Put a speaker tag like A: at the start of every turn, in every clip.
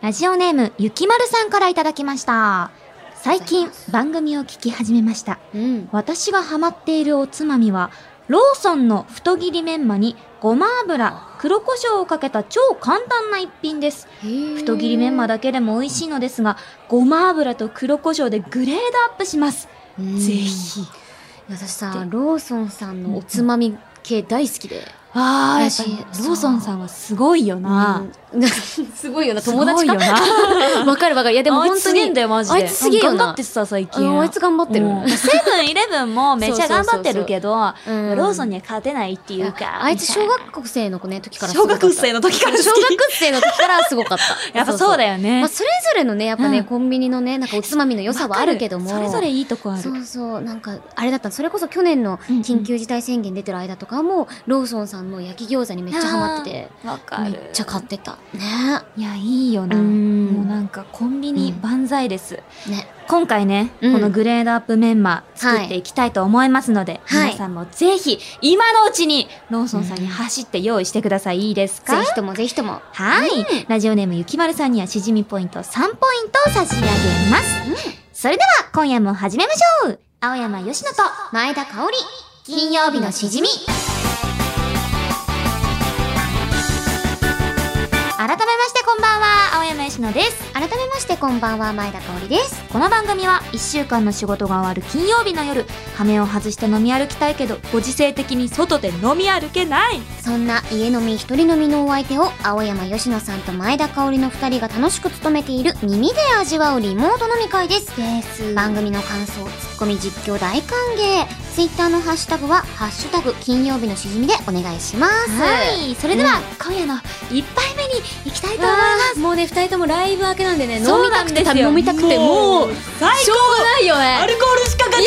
A: ラジオネーム、ゆきまるさんからいただきました。最近、番組を聞き始めました。
B: うん。
A: 私がハマっているおつまみは、ローソンの太切りメンマにごま油、黒胡椒をかけた超簡単な一品です。太切りメンマ
B: だ。
A: だけでも美味しいのですが、ごま油と黒胡椒でグレードアップします。
B: うん
A: ぜ。ひ。
B: 私さ、ローソンさんのおつまみ系大好きで。
A: ああ、やっぱ
B: 私
A: りローソンさんはすごいよな。
B: うん。すごいよな、友達
A: すご
B: か
A: いよな。
B: わかるわかる。いや、で
A: でも
B: も
A: 本当にあいつすげ
B: 本当
A: えん
B: に。
A: だよ、マジで。
B: あいつすげえよな
A: うん頑張ってさ、最近。
B: うんあいつ頑張ってる。
A: うんセブンイレブンもめちゃ頑張ってるけど、
B: うん
A: ローソンには勝てないっていうか。
B: あいつ小
A: み
B: 学生の子ね、時
A: た
B: か
A: い
B: ら
A: な
B: す
A: 小
B: ごかった。
A: 学生の時から好き
B: 小学生の時からすごかった。
A: やっぱそうだよね。
B: まあ、それぞれのね、やっぱね、
A: うん
B: コンビニのね、なんかおつまみの良さはあるけど
A: わ
B: も。
A: かそれぞれいいとこある。
B: そうそう、なんか、あれだった、それこそ去年の
A: うんうん
B: 緊急事態宣言出てる間とかも、ローソンさんの焼き餃子にめっちゃハマってて、
A: あー。わか
B: め
A: る。
B: っちゃ買ってた。ね
A: いや、いいよな。
B: うん
A: もうなんかコンビニ
B: うん
A: 万歳です。
B: ね。
A: 今回ね、
B: うん
A: このグレードアップメンマ作っていきたいと思いますので、
B: はい
A: 皆さんもぜひ今のうちにローソンさんに走って用意してください。いいです
B: ぜ
A: か
B: ひともぜひとも。
A: はい、ラジオネームゆきまるさんにはしじみポイント3ポイントを差し上げます。それでは今夜も始めましょう青山よしのと
B: 前田香織、金曜日のしじみ。
A: 改めましてこんばんは、青山よしのです。
B: 改めまして、こんばんは、前田香織です。
A: この番組は1週間の仕事が終わる金曜日の夜、羽目を外して飲み歩きたいけど、ご時世的に外で飲み歩けない
B: そんな家飲み一人飲みのお相手を、青山吉野さんと前田香織の二人が楽しく務めている耳で味わうリモート飲み会です。
A: です
B: 番組の感想、ツッコミ実況大歓迎。ツイッターのハッシュタグは、ハッシュタグ金曜日のしじみでお願いします。
A: はい、それでは、今夜の1杯目に行きたいと思います。
B: もうね、二人ともライブ明けなんでね、飲
A: そう
B: み
A: な
B: た
A: ん
B: く
A: で
B: て
A: す
B: 多
A: よ
B: 分飲みたくて、もう、しょ
A: 最高
B: うがないよね。
A: ルコールしかかない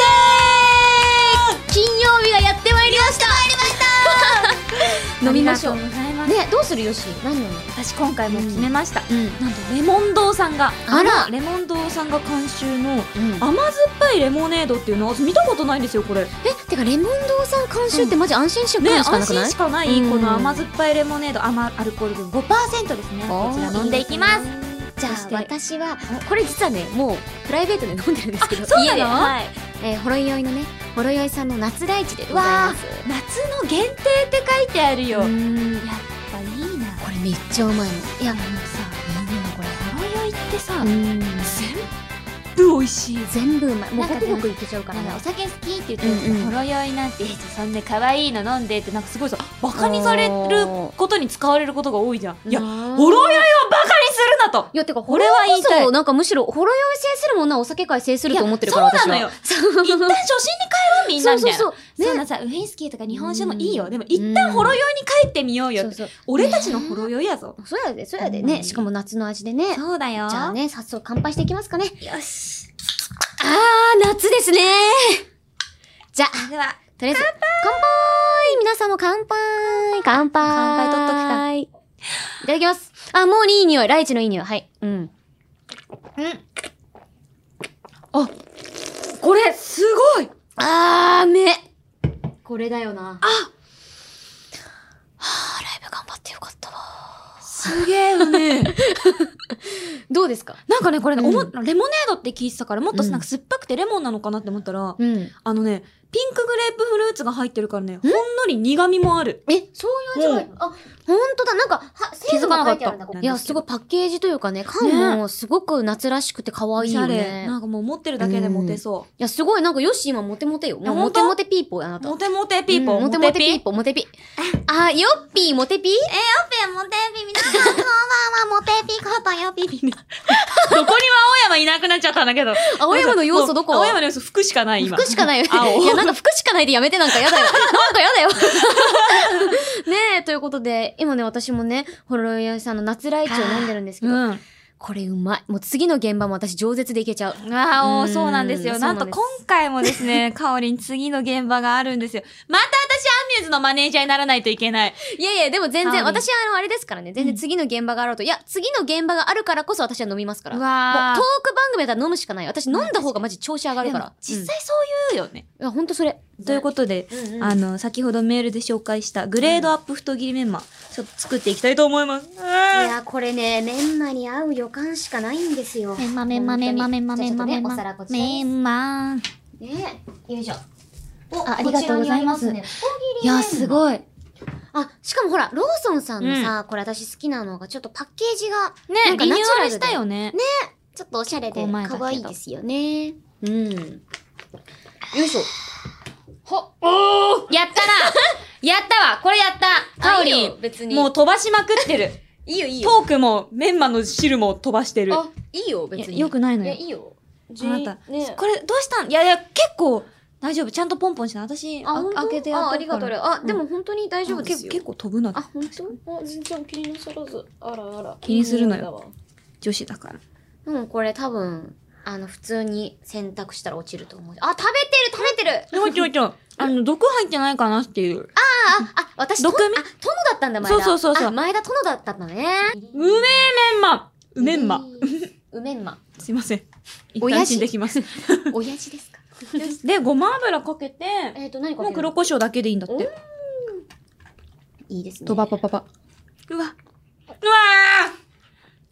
B: 金曜日がやってまいりました 飲みましょう
A: ありがとございます
B: ね、どうするよし何飲む
A: 私今回も決めました、
B: うん。
A: なんとレモン堂さんが
B: あら
A: レモン堂さんが監修の
B: うん、
A: 甘酸っぱいレモネードっていうのは見たことないんですよこれね
B: え、てかレモン堂さん監修ってマジ安心食感しかな
A: 安
B: くない、
A: 心しかない
B: うん
A: この甘酸っぱいレモネード甘アルコール分5%ですねこちら飲んでいきます
B: じゃ
A: そし
B: あ
A: て
B: 私はこれ実はねもうプライベートで飲んでるんですけど
A: そうな
B: 家で
A: の、
B: はい
A: はい、
B: えー、ほろ酔いのねほろ酔いさんの夏大地でございます
A: 夏の限定って書いてあるよ、
B: う
A: やっ
B: ーん
A: ぱいいな
B: これめっちゃうまいのいやもう
A: さ
B: いいねこれ
A: ほろ酔いってさ、
B: うん
A: 全部美味しい
B: 全部うまいも
A: な
B: う
A: ん
B: ホ
A: か
B: クホクいけちゃうか
A: な
B: ら
A: ん
B: ね
A: かお酒好きって言ってる人
B: うんうん
A: ほろ酔いなんて、えそんな可愛いの飲んでってなんかすごいさバカにされることに使われることが多いじゃんいやほ
B: い
A: ろ酔いをバカにするなと
B: やてか
A: 俺は言いたい
B: ほろ酔こそなんかむしろほろ酔い制するものはお酒会制すると思ってるから
A: いや
B: 私
A: そうな
B: は
A: のよ
B: そう
A: 一旦初心に帰ろうみんな
B: そう
A: みたいうな
B: そそうね
A: そんなさウイスキーとか日本酒もいいよ
B: うん
A: でも一旦ほろ酔いに帰ってみようよ
B: そ
A: っ
B: う
A: て
B: そう
A: 俺たちのほろ酔いやぞ
B: そうやでそうやで
A: うん
B: ねしかも夏の味でね
A: そうだよ
B: じゃあね早速乾杯していきますかね
A: よし
B: あー、夏ですねじゃあ、
A: それでは
B: とりあえず、乾杯皆さんも乾杯乾杯
A: 乾杯取っとくか
B: いただきます。あ、もういい匂い。ライチのいい匂い。はい。うん。
A: あこれすごい
B: あー、めこれだよな。あはー、ライブ頑張ってよかったわ。
A: すげえよ ね
B: どうですか
A: なんかね、これね、
B: うん
A: 思っレモネードって聞いてたから、もっと
B: うん
A: なんか酸っぱくてレモンなのかなって思ったら、
B: うん。
A: あのね、ピンクグレープフルーツが入ってるからね、ほんのり苦味もある。
B: え、そういう味が、
A: う
B: あ、ほんとだ。なんか、は、
A: 気
B: 製
A: づ
B: 造
A: か
B: が
A: なか
B: 書
A: った
B: いてあるんだここ
A: な
B: い
A: ん
B: や、
A: ですけ
B: す
A: ど
B: ごいパッケージというかね、缶もすごく夏らしくて可愛いよ
A: おしゃ
B: ね
A: れ。なんかもう持ってるだけでモテそ
B: いや、すごい、なんか、よし、今、モテモテよ。
A: いや
B: もうモテモテピーポーや、あな
A: う。
B: た。
A: モテモテピーポー、
B: うんモテモテピーポー、モテピー。あ、よっぴー、モテピーえ、よっぴー、モテピー。皆さん、こんばんは、モテピーことよっぴー。
A: どこにも青山いなくなっちゃったんだけど。
B: 青山の要素どこ
A: もう青山の要素服しかない今。
B: 服しかないよね。
A: 青
B: いや、なんか服しかないでやめて、なんかやだよ。なんかやだよ。 ねえ、ということで、今ね、私もね、ホロヨイさんの夏ライチを飲んでるんですけど、
A: うん。
B: これうまい。もう次の現場も私、饒舌でいけちゃう。
A: ああ、
B: うん
A: そうなんですよ。
B: そう
A: な
B: なん
A: ん
B: で す
A: と今回もですね、かおりん次の現場があるんですよ。また私、ニーズのマネージャーにならないといけない。
C: いやいや、でも全然、
A: はい
C: 私はあの、あれですからね。全然次の現場があろうと。いや、次の現場があるからこそ私は飲みますから。もう
A: わ
C: トー
A: ー
C: ク番組だったら飲むしかない。私飲んだ方がマジ調子上がるから。
A: 実際そういうよね。
C: うん、いや、ほんとそれ。
A: ということで、
C: うんうん
A: あの、先ほどメールで紹介したグレードアップ太切りメンマ、ちょっと作っていきたいと思います。
B: いや、これね、メンマに合う予感しかないんですよ。
A: メンマメンマメンマメンマメンマメン
B: じゃあちょっとねお皿
A: マ
B: こちらです
A: メンマ
B: ねよいしょ。お
A: あありがとうございます
B: こちらにありね
C: いや、すごい。
B: あ、しかもほら、ローソンさんのさ、これ私好きなのが、ちょっとパッケージが、な
A: ね
B: んか
A: リニュー
B: ナチュ
A: ア
B: ラ
A: ル
B: ルで
A: したよね。
B: ちょっとおしゃれ
A: こ
B: で、
A: う前だけど
B: 可愛いですよね。うん。よいしょ。
C: ほ、おー
A: やったなやったわこれやったかおりん
C: 別に。
A: もう飛ばしまくってる。
C: いいよ、いいよ。
A: トークもメンマの汁も飛ばしてる。
C: あ、いいよ、別に。
A: よくないの
C: いや、
A: よ
C: い。いよ。
A: あなた、
C: ね
A: これどうしたんいやいや、結構大丈夫。ちゃんとポンポンしない。私、
C: あ、
A: 開けてや
C: あ、あ
A: っ
C: り
A: た
C: が
A: か
C: とう。
A: ら。
C: あ、でも本当に大丈夫です
A: あけ
C: よ。
A: 結構飛ぶな
C: あ、。本当？あ、全然気になさらず。あらあら。
A: 気にするのよ
C: いい匂いだわ。
A: 女子だから。
B: でもこれ多分、あの、普通に洗濯したら落ちると思う。あ、食べてる、食べてる
A: でもちょいちょい。あの、毒入ってないかなっていう。
B: あ、あ、あ、私、とあ、
A: 毒味
B: 殿だったんだ、前田。
A: そうそうそうそう
B: あ前田殿だったのね。
A: うめえメンマうめん ま。。
B: うめんま。
A: すいません。一
B: おや
A: 旦
B: じ
A: 死んできます。
B: 親 父ですか
A: で、ごま油かけて、
B: えっと、何かける
A: もう黒胡椒だけでいいんだって。
B: いいですね。
C: ドバパパパ。
A: うわ。うわ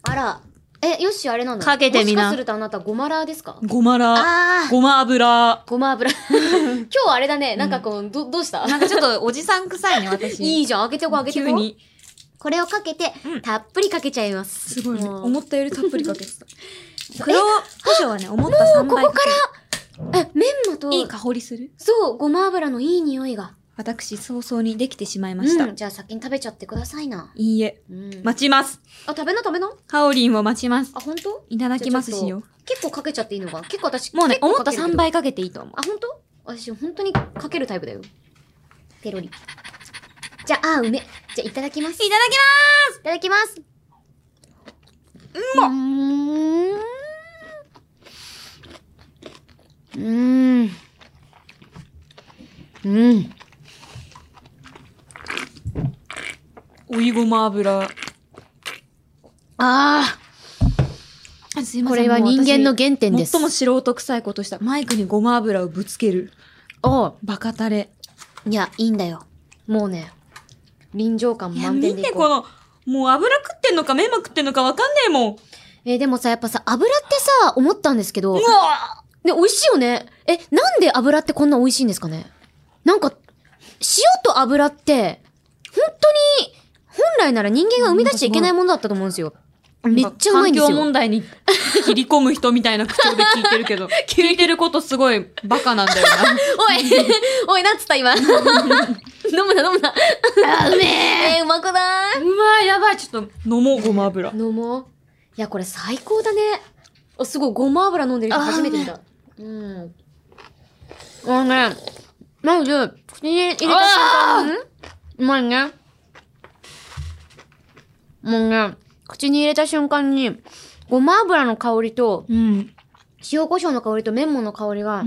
B: あら。え、よっしー、あれなの
A: かけてみな
B: もしかするとあなた、ごまラーですか
A: ーごまら、
B: あー。
A: ごま油。
B: ごま油。今日あれだね。なんかこう、ど、どうした
A: なんかちょっとおじさん臭いね、私。
B: い
A: い
B: いじゃん。開けてこう、開けてこ
A: 急
B: う。
A: に。
B: これをかけて、
A: うん
B: たっぷりかけちゃいます。
A: すごいね。
B: もう
A: 思ったよりたっぷりかけて た。黒胡椒はね、思った3倍かけて
B: え、メンマと、
A: るいい香りする
B: そう、ごま油のいい匂いが。
A: 私、早々にできてしまいました。
B: うん。じゃあ先に食べちゃってくださいな。
A: いいえ。
B: うん。
A: 待ちます。
B: あ、食べな食べな。
A: ハオリンを待ちます。
B: あ、本当？
A: いただきますし
B: じゃあ
A: よ。
B: 結構かけちゃっていいのか。結構私、
A: もうね、
B: 結構
A: 思
B: か
A: った
B: けるけど
A: 3。倍かけていいと思う。
B: あ、本当？私、本当にかけるタイプだよ。ペロリ。じゃあ、あー、うめ。じゃあ、いただきます。い
A: いただきま
B: ただきます。
A: まっ
B: うーん。うーん。うん。
A: す追いごま油。
B: あ
A: あすい
B: あ、
A: ま
B: こ
A: せん
B: れは人間の原点
A: もう
B: で
A: 私
B: す。
A: 最も素人臭いことした。マイクにごま油をぶつける。
B: おう
A: バカタレ。
B: いや、いいんだよ。もうね、臨場感
A: いや、
B: 満点
A: 見
B: でい
A: て
B: こ
A: こ
B: う。
A: の、もう油食ってんのか、メンマ食ってんのかわかんねえもん。
B: えーでもさ、やっぱさ、油ってさ、思ったんですけど、ね、
A: うわ
B: 美味しいよね。え、なんで油ってこんな美味しいんですかねなんか、塩と油って、本当に、本来なら人間が生み出しちゃいけないものだったと思うんですよ。めっちゃうまいんです
A: 環境
B: よ。
A: 問題に切り込む人みたいな口調で聞いてるけ ど、聞いてることすごいバカなんだよな。
B: おい、 おい、なんつった今。 飲むな、飲むな。あ、うめえ。うまくないう
A: まい、やばい、ちょっと飲もう、ごま油。
B: 飲もう。いや、これ最高だね。あ、すごい、ごま油飲んでる人初めて見た。うん。あのね、まず、口に入れた瞬間、んうまいね。もうね、口に入れた瞬間に、ごま油の香りと、
A: うん。
B: 塩胡椒の香りとメンモの香りが、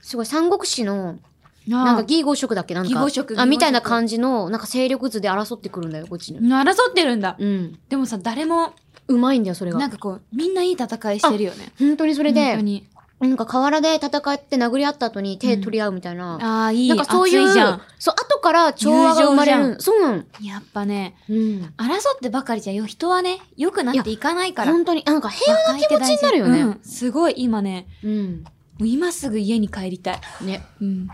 B: すごい三国志の、なんか義合色だっけなんか。
A: 擬合色擬合色
B: あ、みたいな感じの、なんか勢力図で争ってくるんだよ、こっちに。
A: 争ってるんだ。
B: うん。
A: でもさ、誰も、
B: うまいんだよ、それが
A: な。んかこう、みんないい戦いしてるよね。
B: 本当にそれで、
A: 本当に。
B: なんか河原で戦って殴り合った後に手取り合うみたいな。
A: ああ、いい。
B: なんかそういう、
A: 熱いじゃん。
B: そう、後から調和が生まれる。そうなの。
A: やっぱね、
B: うん。
A: 争ってばかりじゃよ、人はね、良くなっていかないから。
B: 本当に、あなんか平和な気持ちになるよ
A: う
B: ね。
A: んすごい、今ね、
B: うん。
A: もう今すぐ家に帰りたい。
B: ね。
A: うん。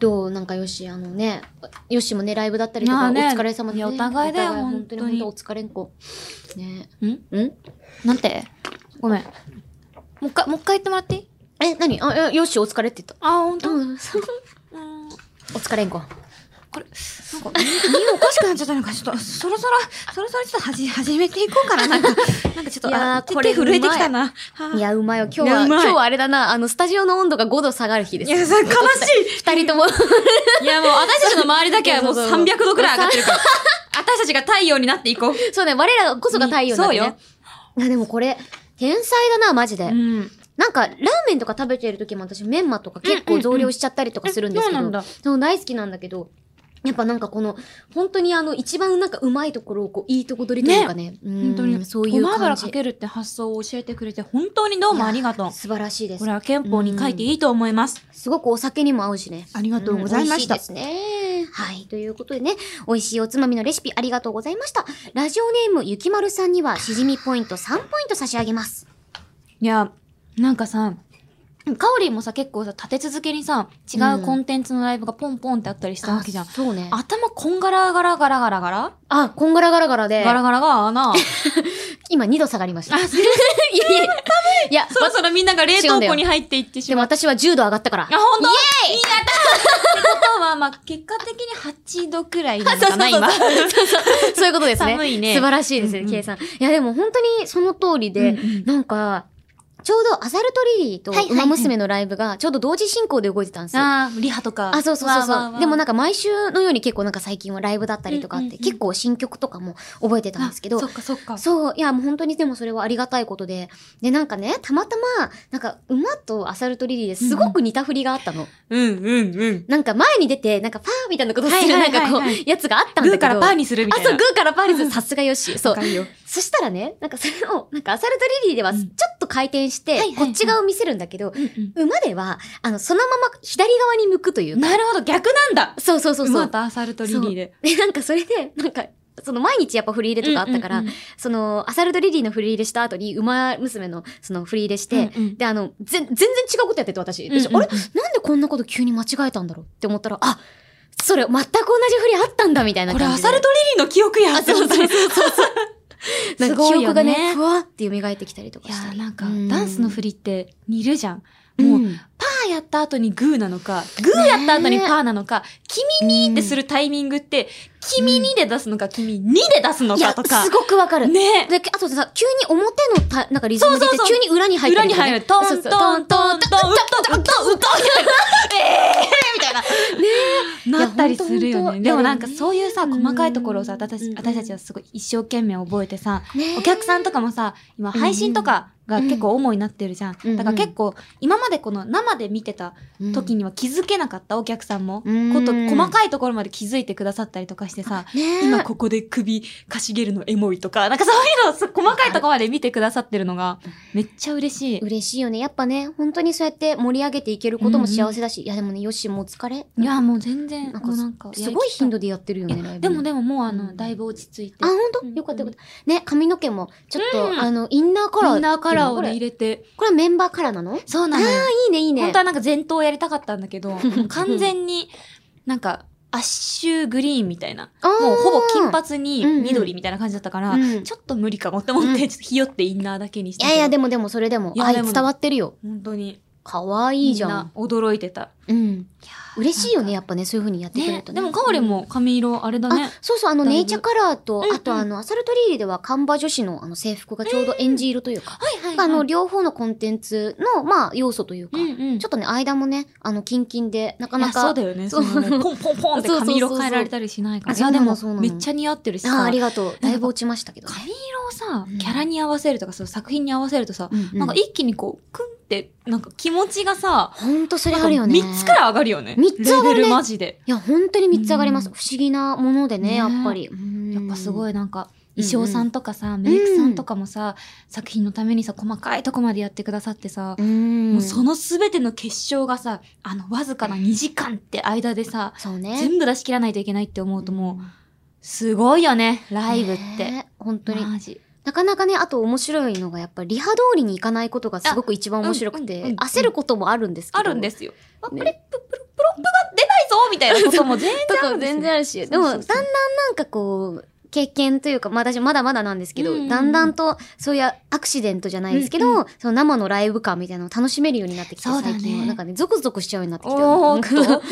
B: どうなんかよし、あのね、よしもね、ライブだったりと
A: いや
B: か、
A: ーね
B: お疲れ様で、
A: い
B: ね。
A: やお互いだよ
B: お互本当
A: 本
B: に。
A: 当
B: 本
A: に
B: 当お疲れんこ。ね
A: ん
B: ん
A: なんてごめん。もう一回、もう一回言ってもらっていい
B: え、なにあ、えよし、お疲れって言っ
A: あ、ほん
B: た。
A: と
B: うん、そう
A: うん。
B: お疲れんこ。
A: これ、なんか、耳おかしくなっちゃったのか、ちょっと、そろそろ、そろそろちょっとはじ、始めていこうかな、なんか。なんかちょっと、
B: いやー
A: あ手
B: これ
A: 手震えてきたな。
B: いや、うまいよ。今日
A: いや
B: は、
A: うま
B: 今
A: い
B: 日はあれだな、あの、スタジオの温度が5度下がる日で
A: い
B: す。
A: や、さ、悲し
B: 二人 とも。
A: い。いや、もう私たちの周りだけはもう
B: そうそうそう
A: 300度くらい上がってるから。私たちが太陽になっていこう。
B: そうね、我らこそが太陽なんだね。いや、でもこれ、天才だな、マジで。
A: ん。
B: なんか、ラーメンとか食べてる時も私、メンマとか結
A: うんうん
B: 構
A: うん
B: 増量しちゃったりとかするんですけど、
A: えそうなんだ
B: そう大好きなんだけど、やっぱなんかこの、本当にあの、一番なんかうまいところをこう、いいとこ取りというかね。本
A: 本当に
B: そういう
A: ごま
B: 感
A: 油
B: じ
A: か。けるって発想を教えてくれて本当にどうもありがとう。
B: 素晴らしいです
A: これ。は憲法に書いていいと思います。
B: すごくお酒にも合うしね。
A: ありがとうございました
B: うん美味しいですね。はい。ということでね、美味しいおつまみのレシピありがとうございました。ラジオネームゆきまるさんには、しじみポイント3ポイント差し上げます。
A: いや、なんかさ、カオリーもさ、結構さ、立て続けにさ、違うコンテンツのライブがポンポンってあったりしたわけじゃん。
B: そうね。
A: 頭こんがらがらがらがらがら
B: あ、こんがらがらがらで
A: ガ、ラガラが な。
B: 今2度下がりま した。い
A: それ
B: やいやいや、
A: そろそろみんなが冷凍庫に入っていってし
B: で
A: ま
B: も
A: う。
B: 私は10度上がったから
A: あ、。ほんとイエーイやったってことは、まあ、結果的に8度くらいなのかな、今。
B: そういうことですね。
A: 寒いね
B: 素晴らしいですね、
A: うんうん
B: 計算。いや、でも本当にその通りで、
A: うんうん
B: なんか、ちょうどアザルトリリーと
A: はいはいはい
B: 馬娘のライブがちょうど同時進行で動いてたんですよ。
A: あーリハとか。
B: あ、そうそうそ
A: わー
B: う
A: わー
B: そ
A: わ
B: う。
A: ー
B: でもなんか毎週のように結構なんか最近はライブだったりとかあ
A: う
B: っ
A: んうん
B: て、
A: うん
B: 結構新曲とかも覚えてたんですけど
A: あそ、っかそっか。
B: そう、いやもう本当にでもそれはありがたいことで、でなんかね、たまたま、なんか馬とアサルトリリーですごく似た振りがあったの。
A: うんうんうん。
B: なんか前に出て、なんかパーみたいなことする
A: は
B: ないん
A: はいは
B: か
A: い
B: こ、
A: はいう
B: やつがあったんだ
A: グ
B: けど。
A: ーからパーにするみたいな。
B: あ、そう、グーからパーリス、さすがよし。そう
A: わか。るよ
B: そしたらね、なんかそれを、なんかアサルトリリーでは
A: う
B: ちょ
A: ん
B: っと回転して、
A: はいはいはい
B: こっち側を見せるんだけど、
A: うん
B: 馬では、あの、そのまま左側に向くといううんか。
A: なるほど、逆なんだ
B: そうそうそうそう。
A: 馬とアサルトリリーで。
B: で、なんかそれで、なんか、その毎日やっぱ振り入れとかあったから、
A: うんうんうん
B: その、アサルトリリーの振り入れした後に、馬娘のその振り入れして、
A: うんうん
B: で、あの、ぜん全然違うことやってて私。私
A: うんうん
B: あれなんでこんなこと急に間違えたんだろうって思ったら、あそれ全く同じ振りあったんだみたいな
A: これ
B: 感
A: ア
B: じで。
A: サルトリリーの記憶や
B: あそうそうそうそうそう。なん
A: す
B: か
A: ご
B: 記
A: いよ
B: 憶が
A: ね
B: ね、ふわって蘇ってきたりとか
A: いや
B: した
A: ー
B: り。
A: なんか、ダンスの振
B: り、
A: りって似るじゃん。も
B: も
A: う、
B: う、
A: パーやった後にグーなのか、グーやった後にパーなのか、君にってするタイミングって、君にで出すのか、君にで出すの
B: いや、
A: かとか
B: す。ごくわかる。
A: ね
B: で、あとさ、急に表のた、なんかリズムで
A: そうそうそう
B: 急に裏に入って
A: 裏に入る。トントントントン、うっとうっとうっとうっと
B: みたいな。
A: みたいな。なったりする
B: いやほんと
A: よ
B: ほ
A: ね。
B: んと
A: でもなんか
B: いや
A: そういうさ、
B: ね
A: 細かいところをさ、
B: うんう
A: 私
B: ん
A: 私たちはすごい一生懸命覚えてさ、
B: ね
A: お客さんとかもさ、今配信とかが結構主になってるじゃん。
B: うん
A: だから結構、今までこの生で見てた
B: ん
A: 時には気づけなかったお客さんも、
B: うん
A: こと細かいところまで気づいてくださったりとかしてさ、
B: ね
A: 今ここで首かしげるのエモいとか、なんかそういうのをそう細かいところまで見てくださってるのが、めっちゃ嬉しい。
B: 嬉しいよね。やっぱね、本当にそうやって盛り上げていけることも幸せだし、いやでもね、よし、もう疲れ。
A: いや、もう全然、
B: なん
A: もうなん
B: か
A: か、、
B: すごい頻
A: 度
B: 度でやってるよね、ライブ。
A: でもでももうあ
B: う
A: の、
B: ん
A: だいぶ落ち着いて。
B: あ、本当
A: うん
B: よかったよかった。ね、髪の毛も、ちょっと、
A: うん
B: あの、インナーカラー。
A: インナーカラーを
B: こ
A: ね入
B: れ、
A: れて。
B: これはメンバーカラーなの
A: そうな
B: あ
A: の
B: あ
A: よ。
B: いいね、いいね。
A: 本当はなんか前頭やりたかったんだけど、もう完全になんか、アッシュグリーンみたいな。
B: あー
A: もうほぼ金髪に
B: うんうん
A: 緑みたいな感じだったから、
B: うん
A: ちょっと無理かもって思って、
B: うん
A: ちょっとひよってインナーだけにし
B: い
A: て。
B: やいや、で
A: も。
B: もでもそれでも、
A: いや
B: 愛
A: でも
B: 伝わってるよ。
A: 本当に。
B: かわいいじゃ
A: み
B: ん。
A: な驚いてた。
B: うん。
A: いやー
B: 嬉しいよね、
A: な
B: や
A: ん
B: っぱね、そういう風にやって
A: か
B: くれ
A: ね
B: るとね。
A: でも、かおりも髪色あれだ
B: あ
A: ね。、
B: そうそう、あの、
A: だいぶ
B: ネイチャーカラーと
A: うんう、ん
B: あとあの、アサルトリリーでは、カンバ女子のあの制服がちょうどエンジ色というか、
A: はいは
B: あの、
A: の、
B: 両方のコンテンツの、まあ、要素というか、
A: うんうん。
B: ち
A: ちょ
B: ょっとね、間もね、あの、キンキンで、なか
A: っ
B: な
A: と、そう
B: か
A: だ、よね。
B: そ
A: そうの ねポンポンポンって髪色変えられたりしないから。い
B: そうそうそ
A: や、
B: うそうあ
A: でも
B: そうなのそうなの
A: めっちゃ似合ってるし
B: ああ
A: さ。
B: りがとう。だいぶ落ちましたけどね。
A: 髪色をさ
B: うん、
A: キャラに合わせるとか、その作品に合わせるとさ、
B: うんうん
A: なんか一気にこう、クンって、なんか気持ちがさ、
B: ほんとそれあるよね。
A: 3つくらい上がるよね。
B: 三つ上がるね
A: レベルマジで。
B: いや、本当に3つ上がります。
A: うん
B: 不思議なものでね、
A: ね
B: やっぱり。
A: やっぱすご
B: い。
A: いなんか、
B: うん
A: 衣装さんとかさ、メイクさんとかもさ、作品のためにさ、細かいとこまでやってくださってさ
B: う、ん。
A: もうその全ての結晶がさ、あの、わずかな2時間って間でさ、
B: そうね。
A: 全部出し切らないといけないって思うともう、すごいよね、ライブって。
B: ね。本当に。
A: マジ。
B: なかなかね、あと面白いのが、やっぱりリハ通りに行かないことがすごく一番面白く
A: あうんうん
B: て
A: う、ん
B: 焦ることもあるんですけど。
A: あるんですよ。あ、こ
B: ね
A: れ、ププロプロップが出ないぞみたいなことも全然
B: と
A: ある
B: か
A: んですよ
B: 全然あるし、で
A: そう
B: も
A: そう
B: だ
A: そう
B: んだんなんかこう、経験というか、まあ私まだまだなんですけど、
A: うんうんうん
B: だんだんとそういうアクシデントじゃないですけど、
A: うん
B: その生のライブ感みたいなのを楽しめるようになってきて、
A: そうだね
B: 最近は。なんかね、ゾクゾクしちゃうようになってきて。
A: お
B: な
A: ー
B: んか
A: っと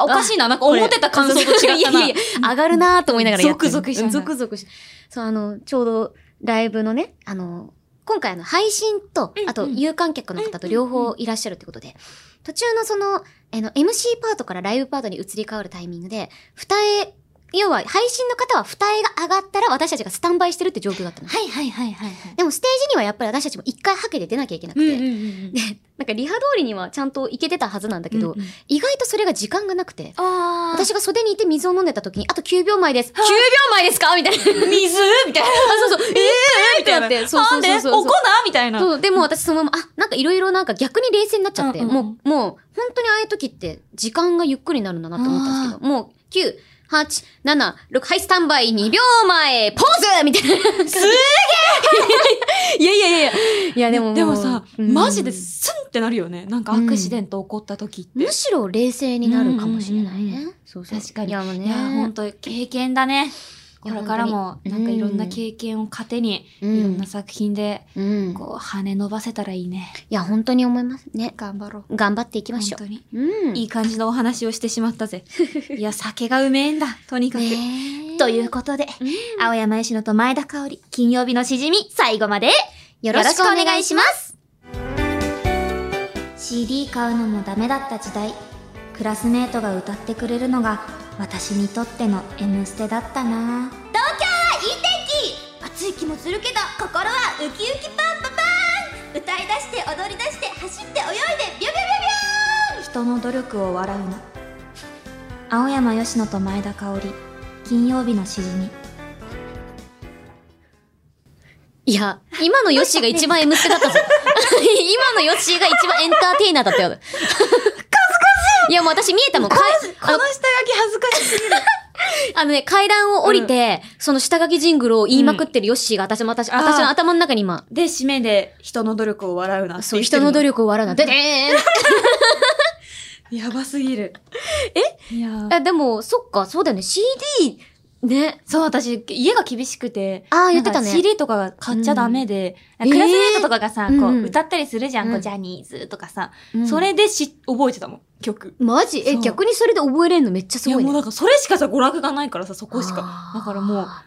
A: おおかしいな。なんか思ってた感想と違ったな。
B: いやいやいや上がるなーと思いながらやってる
A: ゾクゾクしちゃう
B: うん
A: だ
B: ゾクゾクしそう、あの、ちょうどライブのね、あの、今回あの配信と
A: うんう、ん
B: あと有観客の方と両方いらっしゃるってことで、途中のその、あの、MC パートからライブパートに移り変わるタイミングで、二重要は配信の方は二重が上がったら私たちがスタンバイしてるって状況だったの。
A: はいはいはいはいはい。
B: でもステージにはやっぱり私たちも一回ハケで出なきゃいけなくて、
A: ん
B: で、なんかリハ通りにはちゃんと行けてたはずなんだけど、
A: うんうん
B: 意外とそれが時間がなくて、
A: あー
B: 私が袖にいて水を飲んでた時に、あと9秒前です。9秒前ですかみ たいな。そう
A: 水みたいな。
B: そうそう。ええー、みたいになって。そうそうそ
A: な
B: うそう。
A: んでお粉みたいな。
B: そう、でも私そのまま、あ、なんかいろいろなんか逆に冷静になっちゃって、
A: うんうんうん
B: もう、もう、本当にああいう時って時間がゆっくりになるんだなって思ったんですけど、もう、9、8、7、6、はい、スタンバイ、2秒前、ポーズみたいな。すげえいやいやいやいや。いやでももう
A: でもさ、
B: うん
A: マジでスンってなるよね。なんかアクシデント起こった時って。
B: むしろ冷静になるかもしれない
A: うんうん
B: ね。そうそう
A: 確かに
B: いや、もうね。
A: いやー、本当経験だね。これからも、
B: いや
A: なんか
B: 本当に
A: いろんな経験を糧に、
B: うん
A: いろんな作品で、
B: うん。い
A: こう、跳ね伸ばせたらいいね。
B: や、本当に思いますね。
A: 頑張ろう。
B: 頑張っていきま
A: 本
B: しょ
A: 当に。
B: う。うん。
A: いい感じのお話をしてしまった ぜ。いや、酒がうめえんだ。とにかく。
B: ねえ
A: ということで、 青山吉野と前田香織、金曜日のしじみ、最後まで、よろしくお願いします。CD 買うのもダメだった時代、クラスメートが歌ってくれるのが、私にとっての M ステだったな東京はいい天気暑い気もするけど、心はウキウキパンパパン歌い出して踊り出して走って泳いでビョビョビョビョ人の努力を笑うな。青山吉野と前田香織金曜日のしじみ
B: いや、今のヨッシーが一番 M ステ だったぞ。今のヨッシーが一番エンターテイナーだったよ。恥ずか しいいや、もう私見えたもん。かいあ
A: 下
B: の
A: 書き恥ずかしすぎる
B: あのね、階段を降りて、その下書きジングルを言いまくってるヨッシーが私も私、
A: あー
B: 私の頭の中に今、
A: で締めで人の努力を笑うな
B: そう、人の努力を笑うな。でで
A: 力やばすぎるえいや
B: ーん
A: ー
B: あでも、そっか、そうだよね。CD、ね。
A: そう私家が厳しくて
B: ああ、言って
A: な
B: た
A: んか
B: ね。
A: CD とかが買っちゃダメで、
B: うん
A: クラスメートとかがさ、
B: えー
A: こ
B: う
A: うん歌ったりするじゃん、
B: うん
A: こうジャニーズとかさ、
B: うん
A: そ、れでし覚えてたもん曲
B: マジえ、
A: そう
B: 逆にそれで覚えれるのめっちゃす
A: いや
B: ごい
A: もう
B: ね。
A: なんかそれしかさ娯楽がないからさそこしか
B: あー
A: だからもうあ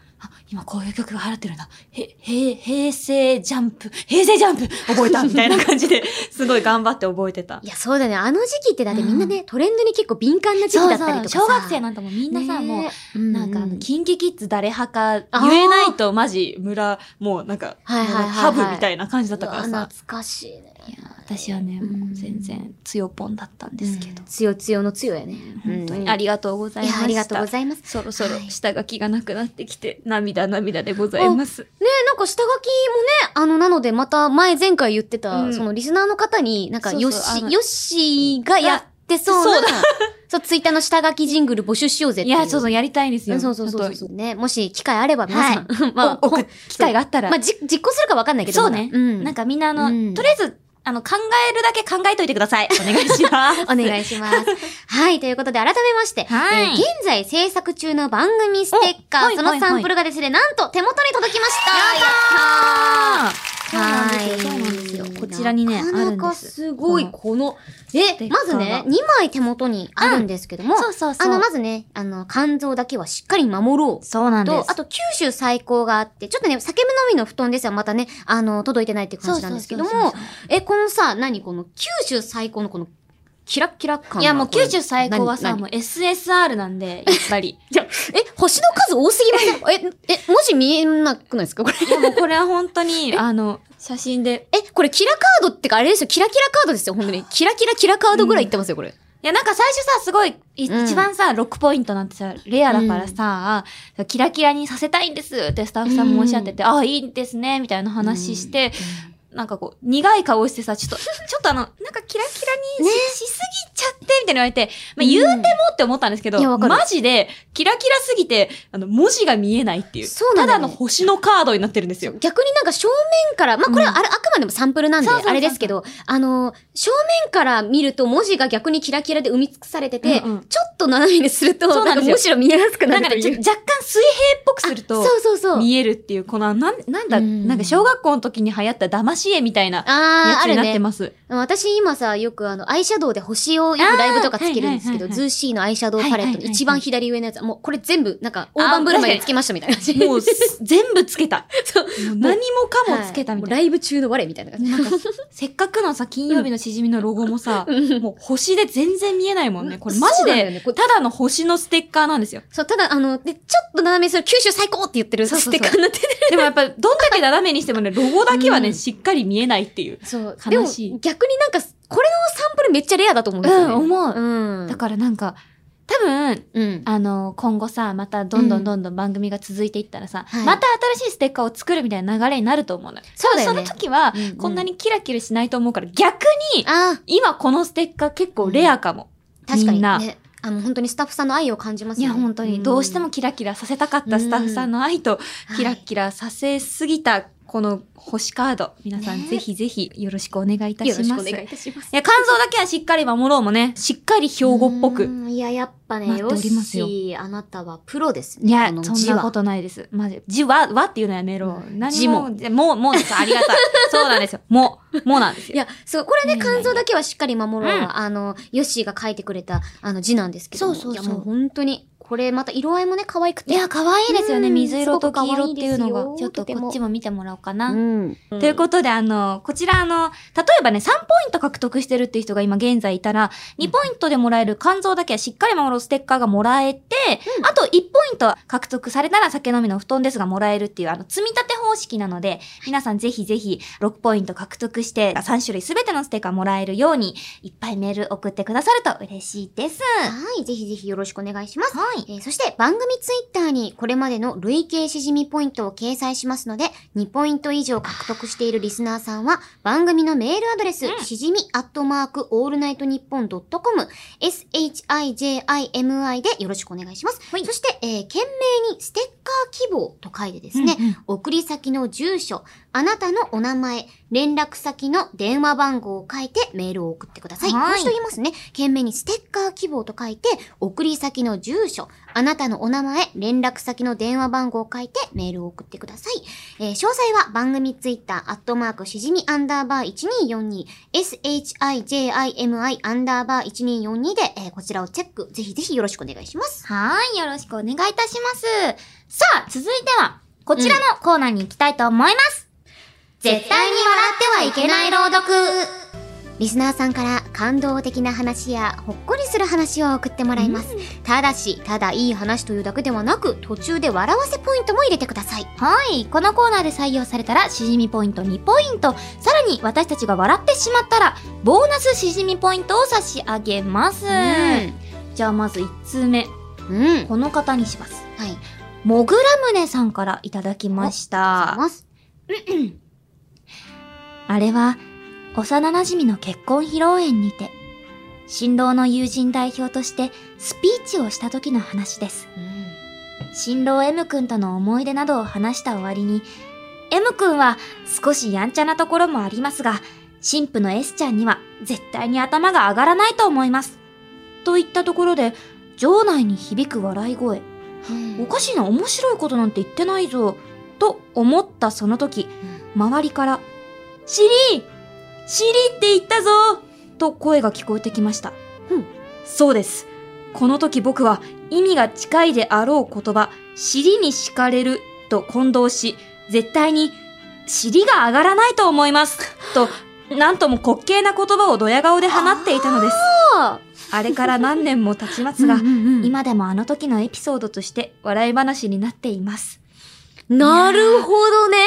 A: 今こういう曲が流行ってるんだへへ平成ジャンプ平成ジャンプ覚えたみたいな感じですごい頑張って覚えてた
B: いや、そうだね。あの時期ってだってみんなね、トレンドに結構敏感な時期だったりとかさ。
A: 小学生なんてもうみんなさ、もう
B: な
A: なんかあの、キンキキッズ誰派か言えないとマジ村もうなんか
B: はいはいはいはい
A: ハブみたいな感じだったから
B: うわ
A: さ
B: 懐かしいね。
A: いや私はね
B: うん
A: もう全然強ポンだったんですけど
B: つよつよのつよやね。
A: 本当
B: うん
A: にありがとうござい
B: い
A: ま
B: や
A: した
B: ありがとうございます。ね
A: そろそろ
B: はい
A: 下書きがなくなってきて、涙涙でございます。
B: なんか下書きもね、あの、なので、また前前回言ってた、
A: うん
B: そのリスナーの方に、なんか、
A: そうそう
B: よっ
A: あの
B: し、よっしーがやってそう
A: そう
B: な、そう、ツイッターの下書きジングル募集しようぜって
A: い
B: いう。
A: や、ちょっと
B: う
A: やりたいんです
B: そ
A: よ。
B: うそうそうそう
A: ちょっ
B: ね、もし機会あれば皆さん、
A: と
B: ま
A: お
B: あ、
A: 送る機会があったら。
B: まあ、じ、実行するかわかんないけど。
A: そう
B: まだ
A: ね。
B: うん。
A: なんかみんなあの、
B: うん
A: とりあえず、あの、考えるだけ考えといてください。 お願いします。
B: お願いします。はい、ということで改めまして、
A: はい
B: えー現在制作中の番組ステッカー、
A: おはい
B: そ
A: は
B: の
A: いはい
B: サンプルがですね、なんと手元に届きました
A: あ
B: やったー
A: そうなんですよ。そうなんですよ。こちらにね、あ
B: なか
A: る
B: なんか
A: です。
B: すごい、
A: この
B: この、
A: ステ
B: え、
A: ッカー
B: ま
A: が
B: ずね、2枚手元にあるんですけども、
A: そうそうそう。
B: あの、まずね、あの、肝臓だけはしっかり守ろう。
A: そうなんです
B: と、あ。と、九州最高があって、ちょっとね、酒飲みの布団ですよ。またね、あの、届いてないって感じなんですけど
A: そうそう
B: も
A: そうそう、
B: え、このさ、何この、九州最高のこの、キラッキラ感
A: いや、もう
B: これ
A: 九州最高はさ、
B: 何
A: もう SSR なんで、やっぱ り。
B: じゃ、え、星の数多すぎません え、え、文字見えなくないですかこれ。
A: いや、もうこれは本当に、あの、写真で
B: え、これキラカードってか、あれですよ、キラキラカードですよ、本当に。キラキラキラカードぐらいいってますよ、これ。
A: いや、なんか最初さ、すごい、い
B: うん
A: 一番さ、6ポイントなんてさ、レアだからさ、キラキラにさせたいんですってスタッフさんもおっしゃってて、ああ、いいですね、みたいな話して、なんかこう、苦い顔してさ、 ちょっと、ちょっとあの、なんかキラキラにし,、すぎちゃって、みたいな言われて、まあ、言うてもって思ったんですけど、
B: いやわかる
A: マジで、キラキラすぎて、あの、文字が見えないっていう。
B: そうなんだ
A: た
B: よ
A: だ
B: ね
A: の星のカードになってるんですよ。
B: 逆になんか正面から、まあ、これはあれ、あくまでもサンプルなんで、
A: そうそうそう
B: あれですけど、あの、正面から見ると文字が逆にキラキラで埋め尽くされてて、
A: うんうん
B: ちょっと斜めにすると、
A: そうなんですよ
B: かむしろ見えやすくな
A: なんか
B: ると
A: ね、ち
B: い
A: ょ
B: う。
A: 若干水平っぽくすると、
B: そうそうそう。
A: 見えるっていう、この、なん、なんだ、
B: うん
A: なんか小学校の時に流行った騙し絵みたいなや
B: あー、あ
A: つ
B: る
A: になって
B: ね。
A: ます。
B: 私今さ、よくあの、アイシャドウで星をよくブライブとかつけるんです
D: あーは
B: け
D: いはいはい
B: ど、
D: はい
B: ズーシーのアイシャドウパレットの一番左上のやつ、もうこれ全部、なんか、大
D: あー
B: 盤振る舞いでつけましたみたいな感じ。
D: もうす全部つけた。もう何もかもつけたみたいな。
B: はいもうライブ中の我みたいな感じ。
D: なんか、せっかくのさ、金曜日のしじみのロゴもさ、 もう星で全然見えないもんね。これマジ
B: そうなんだよ
D: で、
B: ねこ
D: た
B: れ
D: だの星のステッカーなん ですよ。
B: そう、ただ、あの、で、ちょっと斜めにする、九州最高って言ってる
D: そうそう
B: ス
D: そ
B: テ
D: う
B: ッカーになってて。
D: でもやっぱ、どんだけ斜めにしてもね、ロゴだけはね、しっかり見えないっていう。
B: そうで
D: 悲
B: も、
D: しい
B: 逆になんか、これのサンプルめっちゃレアだと思うんですよね。
D: 思う
B: うん。
D: だからなんか、多分、
B: うん。
D: あの、今後さ、またどんどんどんどん番組が続いていったらさ、
B: はい
D: また新しいステッカーを作るみたいな流れになると思うのよ。
B: そうだよね
D: その時は
B: うんうん、
D: こんなにキラキラしないと思うから、逆に、
B: あ
D: 今このステッカー結構レアかも。
B: ー、確
D: みん
B: かに
D: な
B: ね。あの、本当にスタッフさんの愛を感じます
D: い
B: ね。
D: や、本当に、
B: ん
D: どうしても、キラキラさせたかったスタッフさんの愛と、キラキラさせすぎた、この星カード。皆さん、
B: ね
D: ぜひぜひ、よろしくお願いいた
B: はい
D: し
B: よろ
D: ます。
B: しくお願いいたします。
D: いや、感想だけはしっかり守ろうもね、しっかり標語っぽ
B: う
D: く。
B: ん。いや、やっぱね、
D: 待って
B: よ
D: おりますよ
B: し、あなたはプロですね。
D: いや
B: こ、の
D: そ
B: 字
D: ん
B: は
D: なことないです。マジ。字は、はっていうのやめろ。何
B: 字
D: も、
B: も
D: もう、もうです。ありが たい。そうなんですよ。もう、もうなんですよ。
B: いや、そう、これ
D: い
B: ね、
D: やいやいや
B: 感想だけはしっかり守ろうは、
D: うん
B: あの、ヨッシーが書いてくれた、あの、字なんですけども。
A: そうそうそう
B: いや、もう本当に、これまた色合いもね、可愛くて。
D: いや、可愛いですよね。
B: うん
D: 水色と
B: すご
D: 黄
B: く可
D: 色
B: 愛
D: っ
B: い
D: て
B: で
D: い
B: すよ
D: うのが、ちょっと
B: とても
D: こっちも見てもらおうか
B: う
D: な。
B: ん。
D: ということで、あの、こちら、あの、例えばね、3ポイント獲得してるっていう人が今現在いたら、2ポイントでもらえる肝臓だけはしっかり守ろうステッカーがもらえて、あと1ポイント獲得されたら酒飲みのお布団ですがもらえるっていう、あの、積み立て方式なので、皆さんぜひぜひ6ポイント獲得して、3種類すべてのステッカーもらえるように、いっぱいメール送ってくださると嬉しいです。
B: はい、ぜひぜひよろしくお願いします。
D: はい。
B: えーそして番組ツイッターにこれまでの累計しじみポイントを掲載しますので、2ポイント以上獲得しているリスナーさんは、番組のメールアドレス、しじみアットマークオールナイトニッポンドットコム、shijimi でよろしくお願いします。そして、えー、懸命にステッカー希望と書いてですね、
D: うんうん
B: 送り先の住所、あなたのお名前、連絡先の電話番号を書いてメールを送ってください。
D: はい
B: もう一度言いますね。懸命にステッカー希望と書いて、送り先の住所、あなたのお名前、連絡先の電話番号を書いてメールを送ってください。えー詳細は番組ツイッター、アットマーク、しじみアンダーバー1242、shijimi アンダーバー1242で、えーこちらをチェック、ぜひぜひよろしくお願いします。
A: はい、よろしくお願いいたします。さあ、続いては、こちらのコーナーに行きたいと思います。絶対に笑ってはいけない朗読。
B: リスナーさんから感動的な話やほっこりする話を送ってもらいます。ただし、ただいい話というだけではなく、途中で笑わせポイントも入れてください。
A: はい。このコーナーで採用されたら、しじみポイント2ポイント。さらに、私たちが笑ってしまったら、ボーナスしじみポイントを差し上げます。じゃあ、まず1通目。
B: うん。うん。
A: この方にします。
B: はい。
A: もぐらむねさんからいただきました。
B: ます。
A: あれは、幼馴染の結婚披露宴にて、新郎の友人代表としてスピーチをした時の話です。新郎 M 君との思い出などを話した終わりに、M 君は少しやんちゃなところもありますが、新婦の S ちゃんには絶対に頭が上がらないと思います。といったところで、場内に響く笑い声。おかしいな、面白いことなんて言ってないぞ。と思ったその時、周りから、シリシリって言ったぞと声が聞こえてきました。
B: うん
A: そうです。この時僕は意味が近いであろう言葉、尻に敷かれると混同し、絶対に尻が上がらないと思います。と、なんとも滑稽な言葉をドヤ顔で放っていたのです。あれから何年も経ちますが、今でもあの時のエピソードとして笑い話になっています。
C: なるほどね。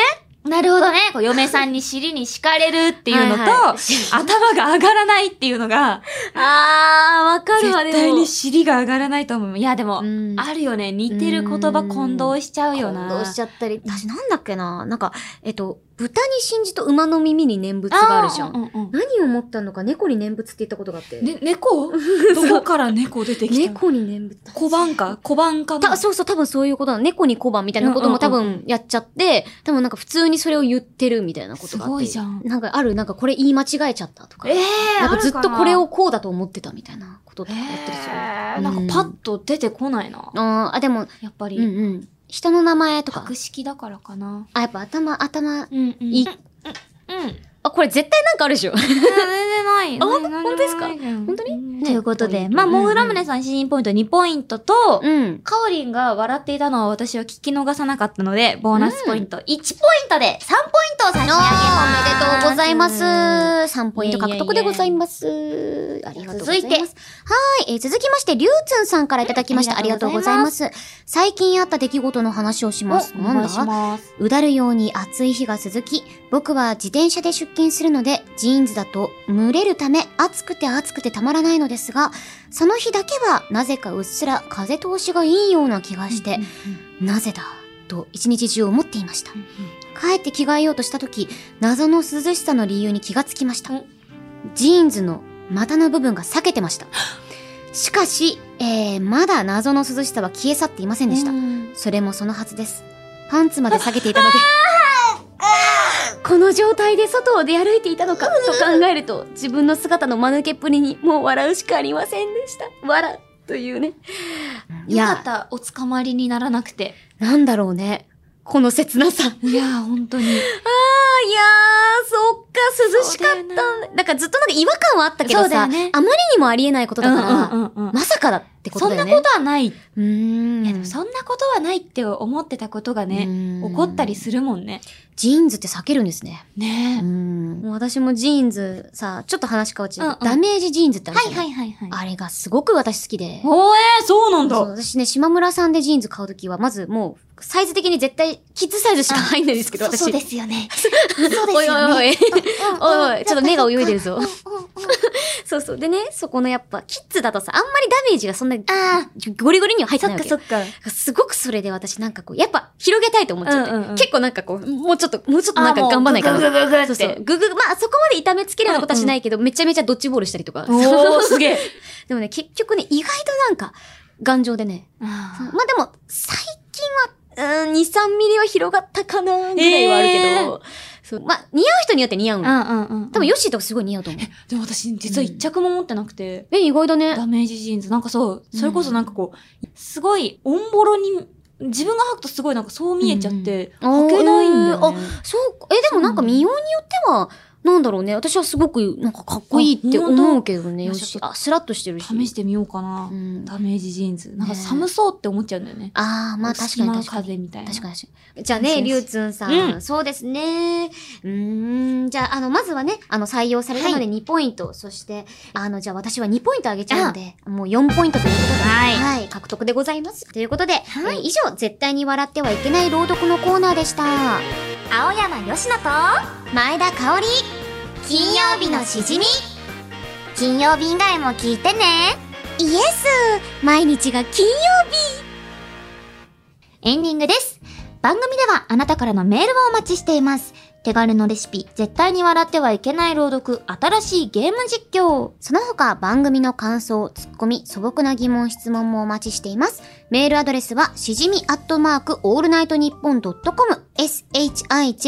A: なるほどね。こう嫁さんに尻に敷かれるっていうのと、
C: はいは
D: 頭が上がらないっていうのが、
C: あー、わか
D: 絶
C: るわ、でも。
D: 対に尻が上がらないと思う。いや、でも、
B: うん
D: あるよね。似てる言葉混同しちゃうよな。
B: どうしちゃったり。私なんだっけななんか、えっと、豚に真珠と馬の耳に念仏があるじゃ。
D: うんんうん
B: 何を思ったのか猫に念仏って言ったことがあって。
D: ね、猫どこから猫出てきたの
B: 猫に念仏。
D: 小判か小判かな
B: た、そうそう、多分そういうことなの。猫に小判みたいなことも多
D: うんうん
B: 分やっちゃって、多分なんか普通にそれを言ってるみたいなことがあっ
D: す
B: て。
D: ごいじゃん
B: なんかある、なんかこれ言い間違えちゃったとか。
D: ええ
B: なんかずっとこれ
D: を、
B: をこうだと思ってたみたいなことと
D: え
B: かやってるし。
D: ーなんかパッと出てこないな。
B: あーあ、でも、
D: やっぱ
B: うんう
D: り、
B: ん。人の名前とか
D: 格。式だからかな。
B: あ、やっぱ頭、頭、
D: うん、うん。
B: いい。
D: うん。
B: あ、これ絶対なんかあるでしょ。
D: 全然ない。
B: あほん
D: 全然
B: ほんとですか
D: 何もないじゃん
B: 本当に
D: うん
A: ということ
E: ポイ
A: で、
E: ント
A: まあ、
E: うん
A: モグラムネさん新人ポイント2ポイントと、
E: うん。
A: かおりんが笑っていたのは私は聞き逃さなかったので、ボーナスポイント1ポイントで3ポイントを差し上げ
B: お
A: ます。
B: ーおめでとうございます。
A: うん
B: 3ポイント獲得でございます。ありがとうござい
A: 続
B: ます。
A: いて
B: はい、えー続きまして、りゅうつんさんからいただきました。
A: うん
B: あ
A: あ
B: り
A: り
B: が
A: が
B: と
A: と
B: う
A: う
B: ご
A: ご
B: ざ
A: ざ
B: い
A: い
B: ま。
A: ます
B: 最近あった出来事の話をします。
A: お
B: なん
A: 願い
B: だ
A: します。
B: うだるように暑い日が続き、僕は自転車で出勤するので、ジーンズだと蒸れるため暑くて暑くてたまらないのですが、その日だけはなぜかうっすら風通しがいいような気がして、なぜだと一日中思っていました。帰って着替えようとした時、謎の涼しさの理由に気がつきました。ジーンズの股の部分が裂けてま した。しかし、えー、まだ謎の涼しさは消え去っていませんでした。それもそのはずです。パンツまで下げていた ので。
E: この状態で外を出歩いていたのかと考えると、自分の姿の間抜けっぷりにもう笑うしかありませんでした。笑というね。
B: い
A: よかっ
B: や、
A: た、お捕まりにならなくて。
B: なんだろうね。この切なさ。
A: いやー、本当に。
B: いやー、そっか、涼しか
A: そう
B: っ
A: だ
B: たんだ。なんかずっとなんか違和感はあったけど
A: そうだ
B: さ、
A: よね
B: あまりにもありえないことだから、
A: うんうんうんうん
B: まさかだってこと
A: そ
B: だ
A: ん
B: よ
A: な
B: ね。
A: ことはない。いう
B: ーん。
A: や、でもそんなことはないって思ってたことがね、
B: ね
A: 怒ったりするもんね。
B: ジーンズって避けるんですね。う
A: ねえ。
B: ん。もう私もジーンズさ、ちょっと話変わっちゃうけ
A: う
B: ど、
A: んうん
B: ダメージジーンズってあるじゃ
A: は
B: ん
A: いはいはいはい。
B: あれがすごく私好きで。
A: おーえー、そうなんだ。
B: そう私ね、島村さんでジーンズ買うときは、まずもう、サイズ的に絶対、キッズサイズしか入んないですけど、私。。
F: そうですすよね。そうですよね。
B: おいおいおい。
F: うん
B: おいおい、ちょっと目が泳いでるぞ。
F: うんうん
B: そうそう。でね、そこのやっぱ、キッズだとさ、あんまりダメージがそんな、
F: あ
B: ゴリゴリには入って
A: そ
B: ない
A: っ
B: わ
A: か
B: け
A: そ
B: よ。
A: っか。
B: すごくそれで私なんかこう、やっぱ広げたいと思っちゃって、
A: うんうんうん
B: 結構なんかこう、もうちょっと、もうちょっとなんか頑張らないかな。
A: グググググって
B: そうそう。グググ、まあそこまで痛めつけるようなことはしないけど、めちゃめちゃドッジボールしたりとか。
A: おー、すげえ。
B: でもね、結局ね、意外となんか、頑丈でね。まあでも、最近は、うーん、2、3ミリは広がったかな、ぐらいはあるけど、そうまあ、似合う人によって似合う
A: う
B: の。
A: んうんうん。
B: 多分、ヨッシーとかすごい似合うと思う。
A: でも私、実は一着も持ってなくて、
B: え、意外だね。
A: ダメージジーンズ。なんかそう、それこそなんかこう、すごい、オンボロに、自分が履くとすごいなんかそう見えちゃって、
B: うん
A: 履けないんだよ、ね。
B: あ、そうか。え、でもなんか見ようによっては、なんだろうね。私はすごく、なんかかっこいいって
A: あ本当
B: 思うけどね、
A: い
B: ヨ
A: や
B: ッシー。あ、スラッとしてるし。
A: 試してみようかな
B: う。ん。
A: ダメージジーンズ。なんか
B: ね
A: 寒そうって思っちゃうんだよね。
B: ああ、まあ確かに確かに。
A: に。風みたいな。
B: 確か
A: に。
B: に確かに。じゃあね、りゅうつんさん,、
A: うん
B: そうですね。うーん。じゃあ、あの、まずはね、あの、採用されたので2ポイント。そして、あの、じゃあ私は2ポイントあげちゃうので、もう4ポイントということで、
A: はい
B: 獲得でございます。ということで、えー以上、絶対に笑ってはいけない朗読のコーナーでした。
F: 青山よしのと前田香織金曜日のしじみ金曜日以外も聞いてねイエス毎日が金曜日エンディングです番組ではあなたからのメールをお待ちしています手軽のレシピ絶対に笑ってはいけない朗読新しいゲーム実況
B: その他番組の感想、ツッコミ、素朴な疑問、質問もお待ちしています。メールアドレスは、しじみアットマークオールナイトニッポンドットコム、shijimi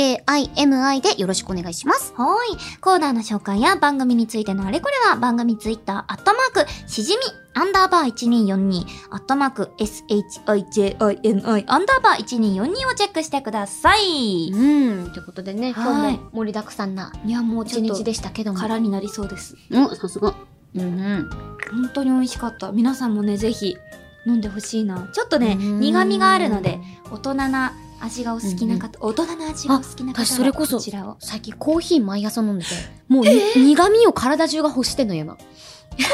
B: でよろしくお願いします。
F: はーい。コーナーの紹介や番組についてのあれこれは番組ツイッター、アットマーク、しじみ、アンダーバー1242、アットマーク、SHIJINI、アンダーバー1242をチェックしてください。い
B: うん、ということでね、今
F: は
B: 日
F: い
B: も盛りだくさんな
F: や、もう
B: 一日でしたけども。
A: 空になりそうです。
B: お、さすが。うん
A: 本当に美味しかった。皆さんもね、ぜひ飲んでほしいな。ちょっと
B: う
A: ね、
B: ん。
A: 苦味があるので、大人な味がお好きな方、大人な味がお好きな方は
B: 私それこそ
A: こちらを。
B: 最近コーヒー毎朝飲んでて、もうに、苦味を体中が欲してんのよ、今。
A: コーヒー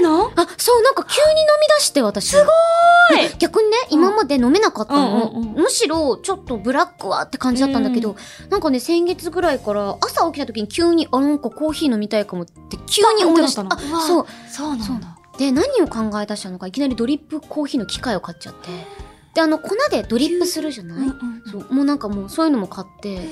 A: 飲めるの
B: あ、そう、なんか急に飲み出して、私。す
A: ごい
B: 逆にね、今まで飲めなかったの。
A: うんうん
B: むしろ、ちょっとブラックはって感じだったんだけど、なんかね、先月ぐらいから、朝起きた時に急に、あ、なんかコーヒー飲みたいかもって、急に思い出した。
A: パン
B: あ
A: ってなったのう、わ
B: そう。
A: そうなんだ。
B: で、何を考え出したのか、いきなりドリップコーヒーの機械を買っちゃって。で、あの、粉でドリップするじゃない、
A: うんうん
B: そうもうなんかもう、そういうのも買って、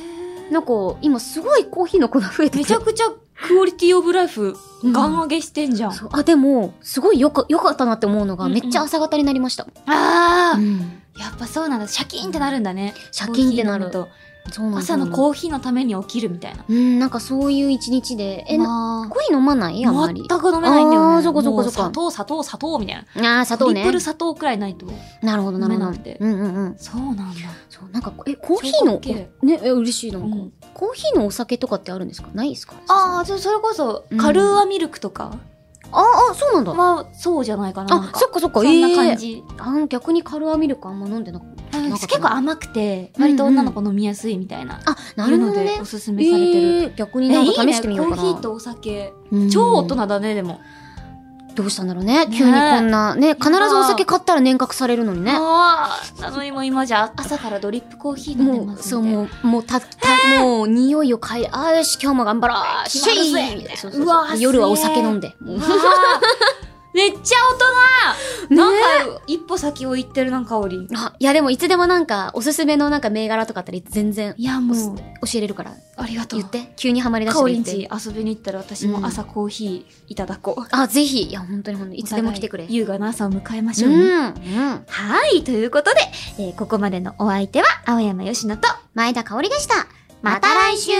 B: なんか、今すごいコーヒーの粉増えてて
A: めちゃくちゃクオリティオブライフ、ガン上げしてんじゃん。
B: そうあ、でも、すごいよか、よかったなって思うのが、
A: うんうん
B: めっちゃ朝方になりました。
A: あ
B: う
A: ー、
B: ん
A: やっぱそうなんだ。シャキーンってなるんだね。
B: シャキンってなる
A: コーヒー飲む
B: そうな
A: と朝
B: んだ
A: のコーヒーのために起きるみたいな。
B: うん、なんかそういう一日で。え、な
A: まあ、
B: コーヒー飲まないあんまり。
A: 全く飲めないんだよね。
B: あーそっかそっかそっ
A: もう砂
B: か
A: 糖、砂糖、砂糖みたいな。
B: ああ、砂糖
A: トリプ
B: ね
A: ル。砂糖くらいないと。
B: なるほど、なるほ
A: 飲
B: ど
A: めなくて。
B: うんうんうん。
A: そうなんだ。
B: そう、なんか、え、コーヒー
A: 超
B: の、
A: かっけ
B: ね、え、嬉しいな。
A: うん
B: か
A: ん
B: コーヒーのお酒とかってあるんですかないですか
A: ああ、それこそ、カルーアミルクとか。
B: あ、あ、あ、そうなんだ。
A: は、そうじゃないかな。なん
B: あ、
A: か
B: そっかそっか、
A: そ
B: え
A: ん
B: え
A: な感じ。
B: あの、逆にカルアミルクあんま飲んでなく
A: うん
B: な
A: 結構甘くて、
B: うんうん
A: 割と女の子飲みやすいみたいな。
B: あ、な
A: いう
B: る
A: の
B: ほど
A: で
B: ね
A: お。すす
B: え
A: めされてる。
B: ー逆になんか試してみようかな。
A: いいねコーヒーとお酒。
B: うん
A: 超大人だね、でも。
B: どうしたんだろうね急にこんな。ね、必ずお酒買ったら年額されるのにね。
A: ああ、なのにもう今じゃ朝からドリップコーヒー飲んで
B: も
A: ま
B: う、
A: す
B: そ
A: ん
B: う、
A: で。
B: もう、もう、た、た、もう、匂いを嗅いで、あーよし、今日も頑張ろう
A: 決
B: シ
A: ま
B: ェ
A: る
B: イ
A: ぜ
B: みたいなそうそうそ
A: う
B: う
A: わー
B: 夜はお酒飲んで。もう
A: わあめっちゃ大人、なんか、一歩先を行ってるな、香り。
B: あ、いやでもいつでもなんか、おすすめのなんか銘柄とかあったり、全然
A: いや、
B: お
A: も
B: す
A: う、
B: 教えれるから、
A: ありがとう
B: 言。って。急にハマりだして
A: 香
B: く
A: り
B: れ
A: ん
B: て
A: ち。遊びに行ったら私も朝コーヒーいただこう。
B: あ、ぜひ、いや、本当に本当に、い
A: い
B: つでも来てくれ。
A: 優雅な朝を迎えまし
B: う
A: ょうね。
B: ん、うん。
A: はい、ということで、えーここまでのお相手は、青山よしと、
B: 前田香織でした。また来週